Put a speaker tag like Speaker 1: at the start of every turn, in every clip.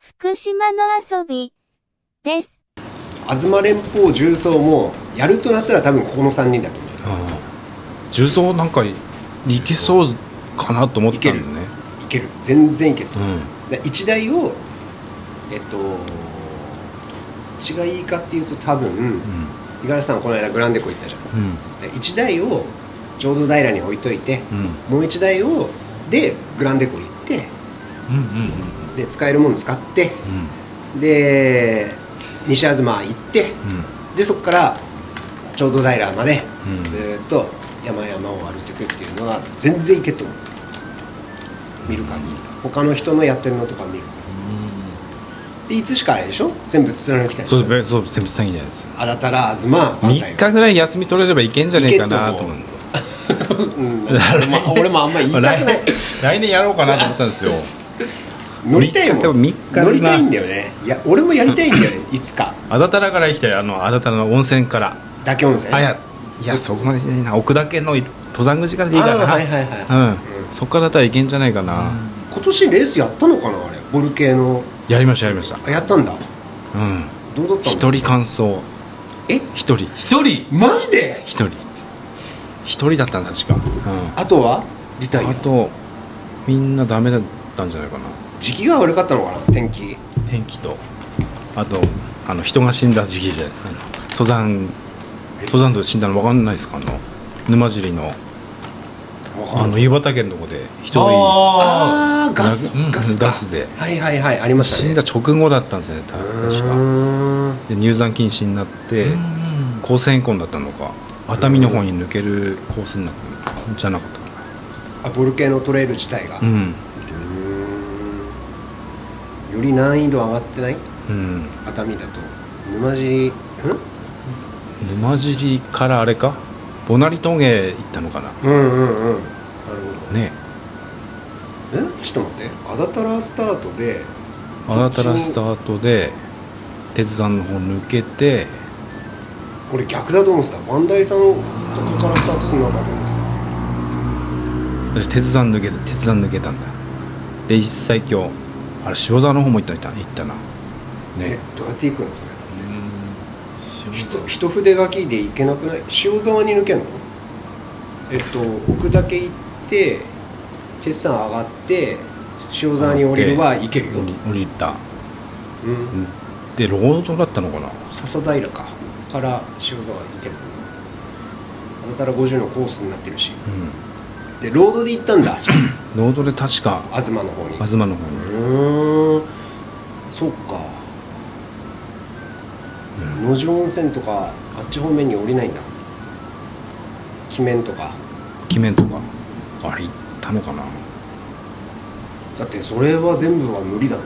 Speaker 1: 福島の遊びです。
Speaker 2: 東連邦重曹もやるとなったら多分この3人だと思う
Speaker 3: 重曹なんかいけそうかなと思ったんだよね
Speaker 2: いける全然いける
Speaker 3: うん
Speaker 2: で一台をえっと私がいいかっていうと多分
Speaker 3: うん
Speaker 2: 五十嵐さんはこの間グランデコ行ったじゃん
Speaker 3: うん
Speaker 2: で一台を浄土平に置いといて
Speaker 3: うん
Speaker 2: もう一台をでグランデコ行って
Speaker 3: うんうん
Speaker 2: で使えるもの使って
Speaker 3: うん
Speaker 2: で西東行って
Speaker 3: うん
Speaker 2: でそこから浄土平まで
Speaker 3: うん
Speaker 2: ずーっと山々を歩いていくっていうのは全然いけると思う見る限り他の人のやってるのとか見るでいつしかあれでしょ全部貫きたい
Speaker 3: そうですそう先日いいです
Speaker 2: あだたら東万
Speaker 3: 3日ぐらい休み取れればいけんじゃねえかなと思う
Speaker 2: うん俺も俺もあんまり言いたくない
Speaker 3: 来年来年やろうかなと思ったんですよ
Speaker 2: 乗りたいもん
Speaker 3: 三日多分三日だな
Speaker 2: 乗りたいんだよねいや俺もやりたいんだよねいつか
Speaker 3: あだたらから行きたいあのあだたらの温泉から
Speaker 2: 岳温泉
Speaker 3: あいやいやそこまでしないな奥岳の登山口からでいいか
Speaker 2: あ
Speaker 3: な
Speaker 2: ーはいはいは
Speaker 3: うんそこからだったらいけんじゃないかな
Speaker 2: 今年レースやったのかなあれボル系の
Speaker 3: やりましたやりました
Speaker 2: あやったんだ
Speaker 3: うん
Speaker 2: どうだったの
Speaker 3: 一人完走
Speaker 2: え
Speaker 3: 一人
Speaker 4: 一人
Speaker 2: マジで
Speaker 3: 一人一人だったん確かうん
Speaker 2: あとはリタイア
Speaker 3: あとみんなダメだったんじゃないかな
Speaker 2: 時期が悪かったのかな天気
Speaker 3: 天気とあとあの人が死んだ時期じゃないですかあの登山登山道で死んだの分かんないですかあの沼尻の
Speaker 2: わか
Speaker 3: あ
Speaker 2: ん
Speaker 3: の
Speaker 2: ない
Speaker 3: 湯畑のとこで一人
Speaker 4: あ
Speaker 2: あーガス
Speaker 3: うん
Speaker 2: ガスか
Speaker 3: ガスで
Speaker 2: はいはいはいありました
Speaker 3: 死ん
Speaker 2: ね
Speaker 3: だ直後だったんですねた
Speaker 2: う
Speaker 3: 確か
Speaker 2: ーん
Speaker 3: で入山禁止になって
Speaker 4: ーうん
Speaker 3: 高専婚だったのか熱海の方に抜けるコースになったじゃなかったか
Speaker 2: あボルケのトレイル自体が
Speaker 3: なうん
Speaker 2: うーんより難易度上がってない
Speaker 3: うん
Speaker 2: 熱海だと沼尻ん
Speaker 3: 沼尻からあれかボナリ峠行ったのかな
Speaker 2: うんうんうんなる
Speaker 3: ね
Speaker 2: ほどえちょっと待ってアダタラスタートで
Speaker 3: あなたらスタ
Speaker 2: ート
Speaker 3: ートで鉄山の方抜けて
Speaker 2: 俺逆だと思ってた磐梯山とかからスタートするのかと思ってた
Speaker 3: 私鉄山抜けて鉄山抜けたんだで一切今日あれ塩沢の方も行った行ったな
Speaker 2: ね
Speaker 3: ね
Speaker 2: どうやって行くのそれ
Speaker 4: 塩
Speaker 2: 一一筆書きで行けなくない塩沢に抜けんのえっと奥だけ行って鉄山上がって塩沢に降りれば行けるよ、
Speaker 3: 降り降りた
Speaker 2: うん、
Speaker 3: でロードだったのかな
Speaker 2: 笹平かから塩沢に行けるあなたら50のコースになってるし
Speaker 3: う
Speaker 2: でロードで行ったんだ
Speaker 3: んロードで確か
Speaker 2: 東の方に
Speaker 3: 東の方に
Speaker 2: うーんそっか野次温泉とかあっち方面に降りないんだ鬼面とか
Speaker 3: 鬼面とかあれ行ったのかな
Speaker 2: だってそれは全部は無理だろ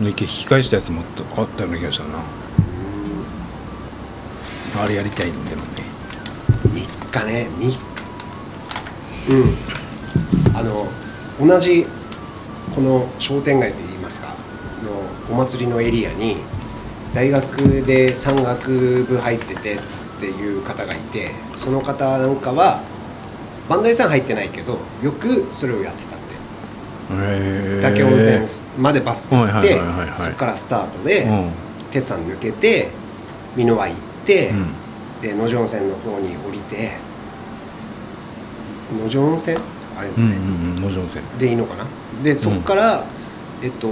Speaker 3: うん抜け引き返したやつもあったあったような気がしたなあれやりたいんでもね
Speaker 2: 3日ね3うんあの同じこの商店街といいますかのお祭りのエリアに大学で山岳部入っててっていう方がいてその方なんかは磐梯山入ってないけどよくそれをやってたって
Speaker 3: へえ
Speaker 2: 嶽温泉までバスで行っ
Speaker 3: は
Speaker 2: て
Speaker 3: いはいはいはいはい
Speaker 2: そこからスタートで
Speaker 3: うん
Speaker 2: 鉄山抜けて美濃は行って、
Speaker 3: うん
Speaker 2: で野城温泉の方に降りて野城温泉あれ、
Speaker 3: うんうんうん野上温泉
Speaker 2: でいいのかなでそこから、えっと、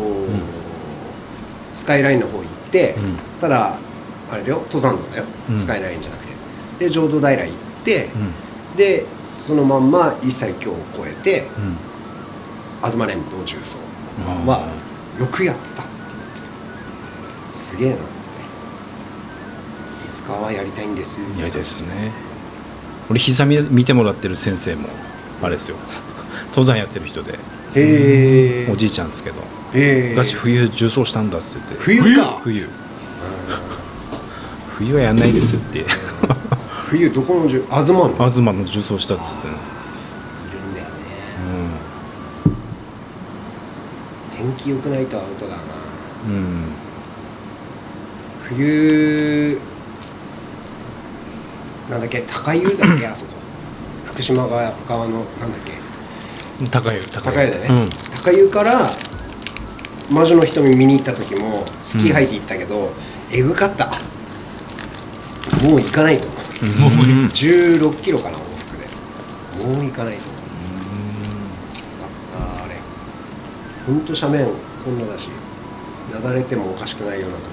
Speaker 2: スカイラインの方行って、
Speaker 3: うん
Speaker 2: ただあれだよ登山道だよ、
Speaker 3: うん
Speaker 2: スカイラインじゃなくてで浄土平行って、
Speaker 3: うん
Speaker 2: でそのまんま一切峡を越えて
Speaker 3: うん
Speaker 2: 東連峰重曹
Speaker 3: あ
Speaker 2: は
Speaker 3: ー
Speaker 2: よくやってたって言ってたすげえなっつっていつかはやりたいんです
Speaker 3: やりたいですよね俺膝見見てもらってる先生もあれですよ 登山やってる人で
Speaker 2: へえ
Speaker 3: おじいちゃんですけど
Speaker 2: へえ
Speaker 3: 昔冬重装したんだっつって言って
Speaker 2: 冬か
Speaker 3: 冬冬はやんないですって
Speaker 2: 冬どこのじゅ東のいるんだよね
Speaker 3: 東の重装したっつってね
Speaker 2: 天気良くないとアウトだな
Speaker 3: うん、うん、
Speaker 2: 冬なんだっけ高湯だっけあそこ福島側側のなんだっけ
Speaker 3: 高いよ
Speaker 2: 高湯だね、
Speaker 3: うん
Speaker 2: 高湯から魔女の瞳見に行った時もスキー履いて行ったけど、えぐかったもう行かないと
Speaker 3: もうん
Speaker 2: 1 6キロかな往復でもう行かないときつかったあれほんと斜面今度だしなだれてもおかしくないようなとこ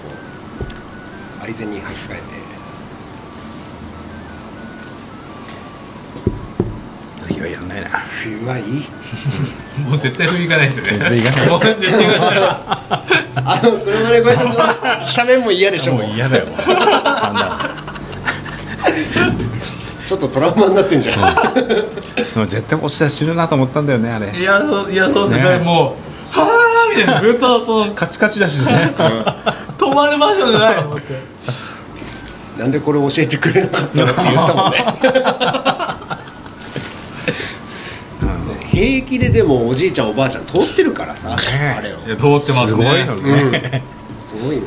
Speaker 2: 愛禅に履き替え
Speaker 3: いやいやないな
Speaker 2: て冬はいい
Speaker 4: もう絶対振りがないですよね。
Speaker 3: 絶対行かない
Speaker 4: もう絶対行かない。
Speaker 2: あの車でこれの斜面も嫌でしょ
Speaker 3: もう嫌だよもうあんな
Speaker 2: ちょっとトラウマになってんじゃん
Speaker 3: で も絶対落ちたら死ぬなと思ったんだよねあれ
Speaker 4: いや、そう、いや、そうです
Speaker 3: ね
Speaker 4: ね。もう、はぁーみたいな。ずっと、そう、
Speaker 3: カチカチだしね
Speaker 4: 止まる場所じゃないと思って。
Speaker 2: なんでこれ教えてくれなかったのって言ってたもんね平気ででもおじいちゃんおばあちゃん通ってるからさ、あれを
Speaker 4: いや、通ってま
Speaker 3: す
Speaker 4: すね。
Speaker 3: ごいよ
Speaker 4: でも
Speaker 3: ね
Speaker 2: うんすごいよ
Speaker 4: い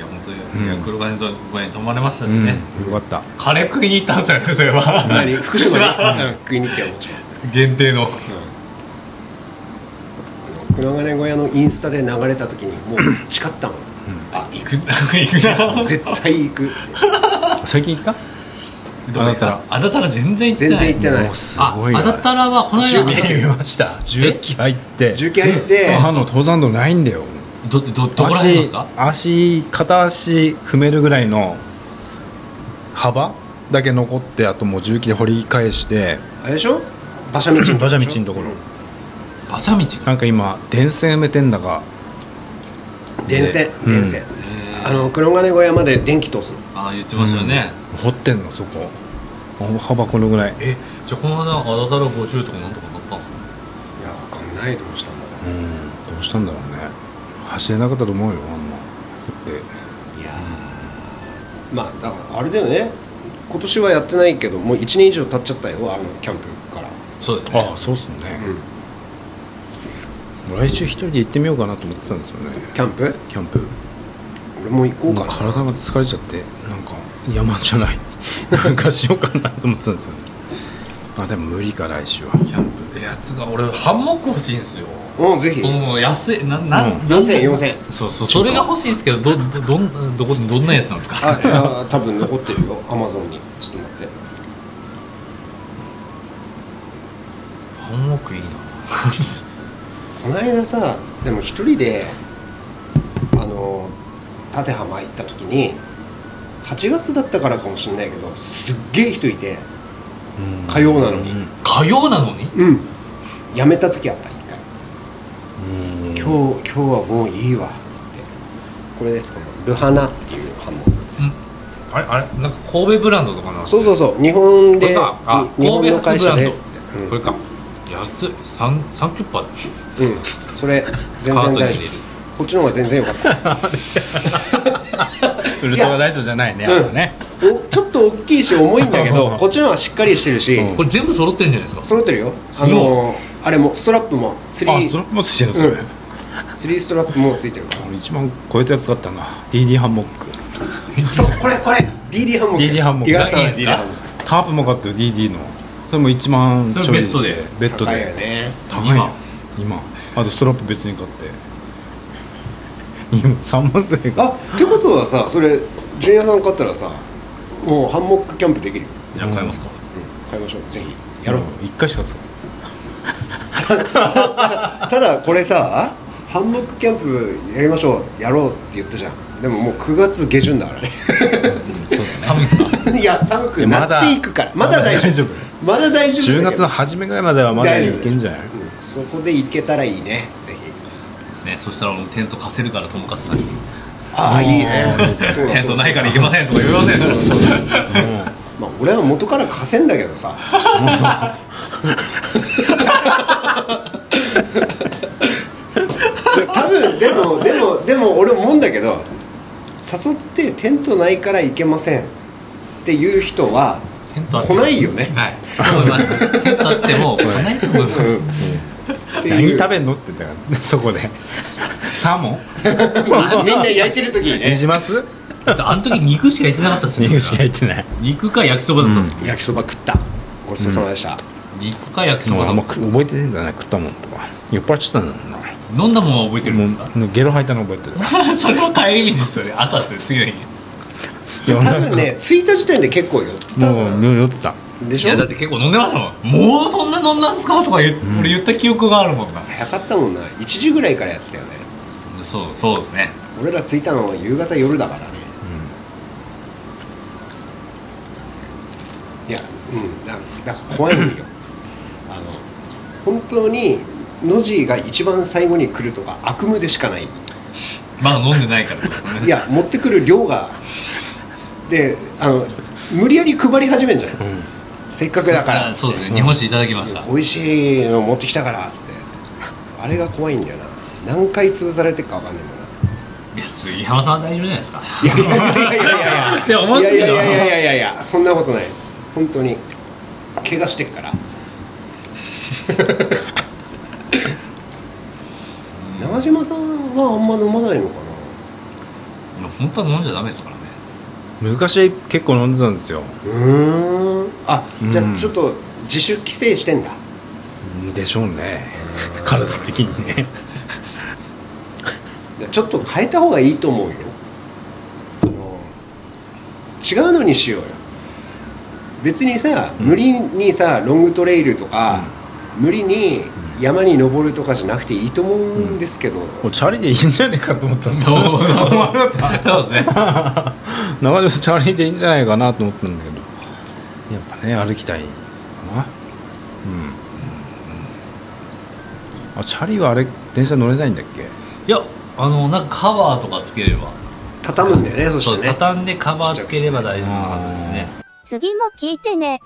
Speaker 4: や、本当
Speaker 3: うん
Speaker 4: に、いや、車にと、ごめん、止まれましたしね。
Speaker 3: うんよかった
Speaker 4: カレー食いに行ったんですよね、それは。
Speaker 2: 何福島に、
Speaker 4: うん
Speaker 2: 食いに行ってもちろん
Speaker 4: 限定の。
Speaker 2: あの黒金小屋のインスタで流れた時にもう誓ったもん
Speaker 4: あ、行く、 行くな。
Speaker 2: 絶対行くっつって
Speaker 3: 最近行った
Speaker 4: どこ行った
Speaker 3: あ
Speaker 4: あだたら全然行って
Speaker 2: 全
Speaker 4: ない。
Speaker 2: 然行ってない
Speaker 3: もうす
Speaker 4: あ
Speaker 3: ごい、よ
Speaker 4: あだたらは、この間、
Speaker 2: 重機
Speaker 3: 見ました重機入って
Speaker 2: 重機入って
Speaker 3: 母の登山道ないんだよ
Speaker 4: ど、ど、どこら辺ですか
Speaker 3: 足足片足踏めるぐらいの幅だけ残ってあともう重機で掘り返して
Speaker 2: あれでしょ馬車道のとこ
Speaker 3: 馬車道のところ
Speaker 4: 馬車道が。
Speaker 3: なんか今電線埋めてんだが
Speaker 2: 電線
Speaker 3: うん
Speaker 2: 電線、
Speaker 4: へー
Speaker 2: あの黒金小屋まで電気通すの
Speaker 4: あー言ってましたよね、
Speaker 3: 掘ってんのそこ幅このぐらい
Speaker 4: えじゃあこの間アダタル50とかなんとかなったんですか
Speaker 2: いやわかんないどうしたんだろう
Speaker 3: うんどうしたんだろうね走れなかったと思うよあんなだって
Speaker 2: いやーまあだからあれだよね今年はやってないけどもう1年以上経っちゃったよあのキャンプから、
Speaker 4: そうです
Speaker 3: あ
Speaker 4: ね
Speaker 3: あそうっすね、来週一人で行ってみようかなと思ってたんですよね
Speaker 2: キャンプ
Speaker 3: キャンプ
Speaker 2: 俺も行こう
Speaker 3: も
Speaker 2: か
Speaker 3: う
Speaker 2: な
Speaker 3: 体が疲れちゃってなんか山じゃない なんかしようかなと思ってたんですよねあでも無理か来週は
Speaker 4: キャンプえやつが俺ハンモック欲しいんですよ
Speaker 2: うんぜひ
Speaker 4: その安いなな、
Speaker 3: うん
Speaker 4: ん、
Speaker 2: 4000 4000
Speaker 4: そうそうそれが欲しいんですけどどどどんどこどんなやつなんですか
Speaker 2: あいや多分残ってるよアマゾンにちょっと待って
Speaker 4: ハンモックいいな
Speaker 2: この間さでも一人であの館浜行った時に8月だったからかもしれないけどすっげえ人いて火曜なのに
Speaker 3: うん
Speaker 4: 火曜なのに
Speaker 2: うんやめた時あった一回
Speaker 3: う
Speaker 2: 今
Speaker 3: ん
Speaker 2: 日今日はもういいわっつってこれですこのルハナっていうハンモック
Speaker 4: あれあれなんか神戸ブランドとかな
Speaker 2: そうそうそう日本
Speaker 4: こ
Speaker 2: で
Speaker 4: れかあ
Speaker 2: に日
Speaker 4: 神
Speaker 2: 本
Speaker 4: 戸
Speaker 2: の
Speaker 4: 発
Speaker 2: 会
Speaker 4: ブラ
Speaker 2: 社
Speaker 4: ンド
Speaker 2: ですって
Speaker 4: ってこれか安いサンサンキュッパ
Speaker 2: うん、うん、それ全
Speaker 4: カー
Speaker 2: 然大
Speaker 4: トに
Speaker 2: 丈夫
Speaker 4: 入れる
Speaker 2: こっちの方が全然良かった
Speaker 3: ウルトラライトじゃないねあれはね、
Speaker 2: おちょっと大きいし重いんだけ どこっちの方がしっかりしてるし、
Speaker 3: うん
Speaker 4: これ全部揃ってんじゃないですか
Speaker 2: 揃ってるよあのあれもストラップも釣
Speaker 3: あ
Speaker 2: り
Speaker 3: それもついてるんですよね、
Speaker 2: 釣りストラップもついてるから
Speaker 3: 1万超えたやつがあったな DD ハンモック
Speaker 2: そうこれこれ DD ハンモック
Speaker 3: DD ハンモ
Speaker 2: 五
Speaker 3: ック
Speaker 2: 十嵐さん
Speaker 4: いいですか
Speaker 2: の DD ハンモック
Speaker 3: タープも買ったよ DD のそれも1万ちょい
Speaker 4: それベッドで
Speaker 3: ベッド
Speaker 2: 高いよ
Speaker 3: で
Speaker 2: ね
Speaker 3: 高いよ今あとストラップ別に買って 今3万ぐらいか
Speaker 2: あってことはさそれ純也さん買ったらさもうハンモックキャンプできるよ、
Speaker 4: じゃあ買いますか、
Speaker 2: うん、買いましょうぜひやろう、
Speaker 3: 1回しか使う
Speaker 2: ただこれさハンモックキャンプやりましょうやろうって言ったじゃんでももう9月下旬だからね
Speaker 4: 寒いです か
Speaker 2: いや寒く
Speaker 3: やま
Speaker 2: な
Speaker 3: だ
Speaker 2: っていくからまだ大丈夫まだ大丈夫だけど
Speaker 3: 10月の初めぐらいまではまだいけんじゃない
Speaker 2: うんそこで行けたらいいねぜひ
Speaker 4: ですねそしたら俺テント貸せるからともかつさんに
Speaker 2: ああいいねそうだ
Speaker 4: テントないから
Speaker 2: そう
Speaker 4: 行けませんとか言いませんそうそう
Speaker 2: だまあ俺は元から貸せんだけどさ 多分でもでもでも俺思うんだけど誘ってテントないから行けませんっていう人は
Speaker 4: テント
Speaker 2: 来ないよね
Speaker 4: はいテントあっても来ないと思う
Speaker 2: っていう
Speaker 3: 何食べんのって言ったからそこ でサーモン
Speaker 2: みんな焼いてる時に
Speaker 3: に
Speaker 2: ね
Speaker 3: します
Speaker 4: だってあの時肉しか焼いてなかったっすよ
Speaker 3: 肉しか入ってない
Speaker 4: 肉か焼きそばだったんですよ
Speaker 2: 焼きそば食ったごちそうさまでした、
Speaker 4: 肉か焼きそ
Speaker 3: もう
Speaker 4: ば
Speaker 3: あ
Speaker 4: だ
Speaker 3: ん
Speaker 4: っ
Speaker 3: ま
Speaker 4: た
Speaker 3: 覚えてねえんだね食ったもんとか酔っ払っちゃったんだもんな
Speaker 4: 飲んだもんは覚えてるんですか
Speaker 3: もうゲロ吐いたの覚えてる
Speaker 4: それは帰り道ですよね朝ですよ次の日い
Speaker 3: いや
Speaker 2: 多分ね着いた時点で結構酔ってた
Speaker 3: もう酔ってた
Speaker 2: でしょ
Speaker 4: やだって結構飲んでましたもんもうそんな飲んだんすかとか言,、俺言った記憶があるもんな
Speaker 2: 早かったもんな1時ぐらいからやってたよね
Speaker 4: そうそうですね
Speaker 2: 俺ら着いたの夕方夜だからねいやうんだだから怖いんよあの本当にノジが一番最後に来るとか悪夢でしかない
Speaker 4: まだ飲んでないからですね
Speaker 2: いや持ってくる量がであの無理やり配り始めんじゃない、
Speaker 3: ん
Speaker 2: せっかくだから
Speaker 4: あそうですね日本酒いただきました
Speaker 2: 美味しいの持ってきたからっつってあれが怖いんだよな何回潰されてるか分かんないもんない
Speaker 4: や杉山さんは大丈夫じゃないですか
Speaker 2: いやいやいやいやいや
Speaker 4: いや思ってる
Speaker 2: いや
Speaker 4: よ
Speaker 2: いやいやいやいやいやそんなことない本当に怪我してっから長島さんはあんま飲まないのか
Speaker 4: もう本当は飲んじゃダメで すからね
Speaker 3: 昔結構飲んでたんですよ
Speaker 2: なうーんあじゃ
Speaker 3: う
Speaker 2: あ
Speaker 3: ん
Speaker 2: ちょっと自主規制してんだ
Speaker 3: でしょうね体的にね
Speaker 2: ちょっと変えた方がいいと思うよあの違うのにしようよ別にさ無理にさ、ロングトレイルとか、無理に山に登るとかじゃなくていいと思うんですけど、
Speaker 3: もうチャリでいいんじゃないかと思ったんだ
Speaker 4: おおそうですね
Speaker 3: 中島さんチャリでいいんじゃないかなと思ったんだけどやっぱね歩きたいかなうん、あチャリはあれ電車乗れないんだっけ
Speaker 4: いやあのなんかカバーとかつければ
Speaker 2: 畳むんだよねそし
Speaker 4: そう
Speaker 2: てね
Speaker 4: 畳んでカバーつければ大丈夫なはずですね
Speaker 1: 次も聞いてね。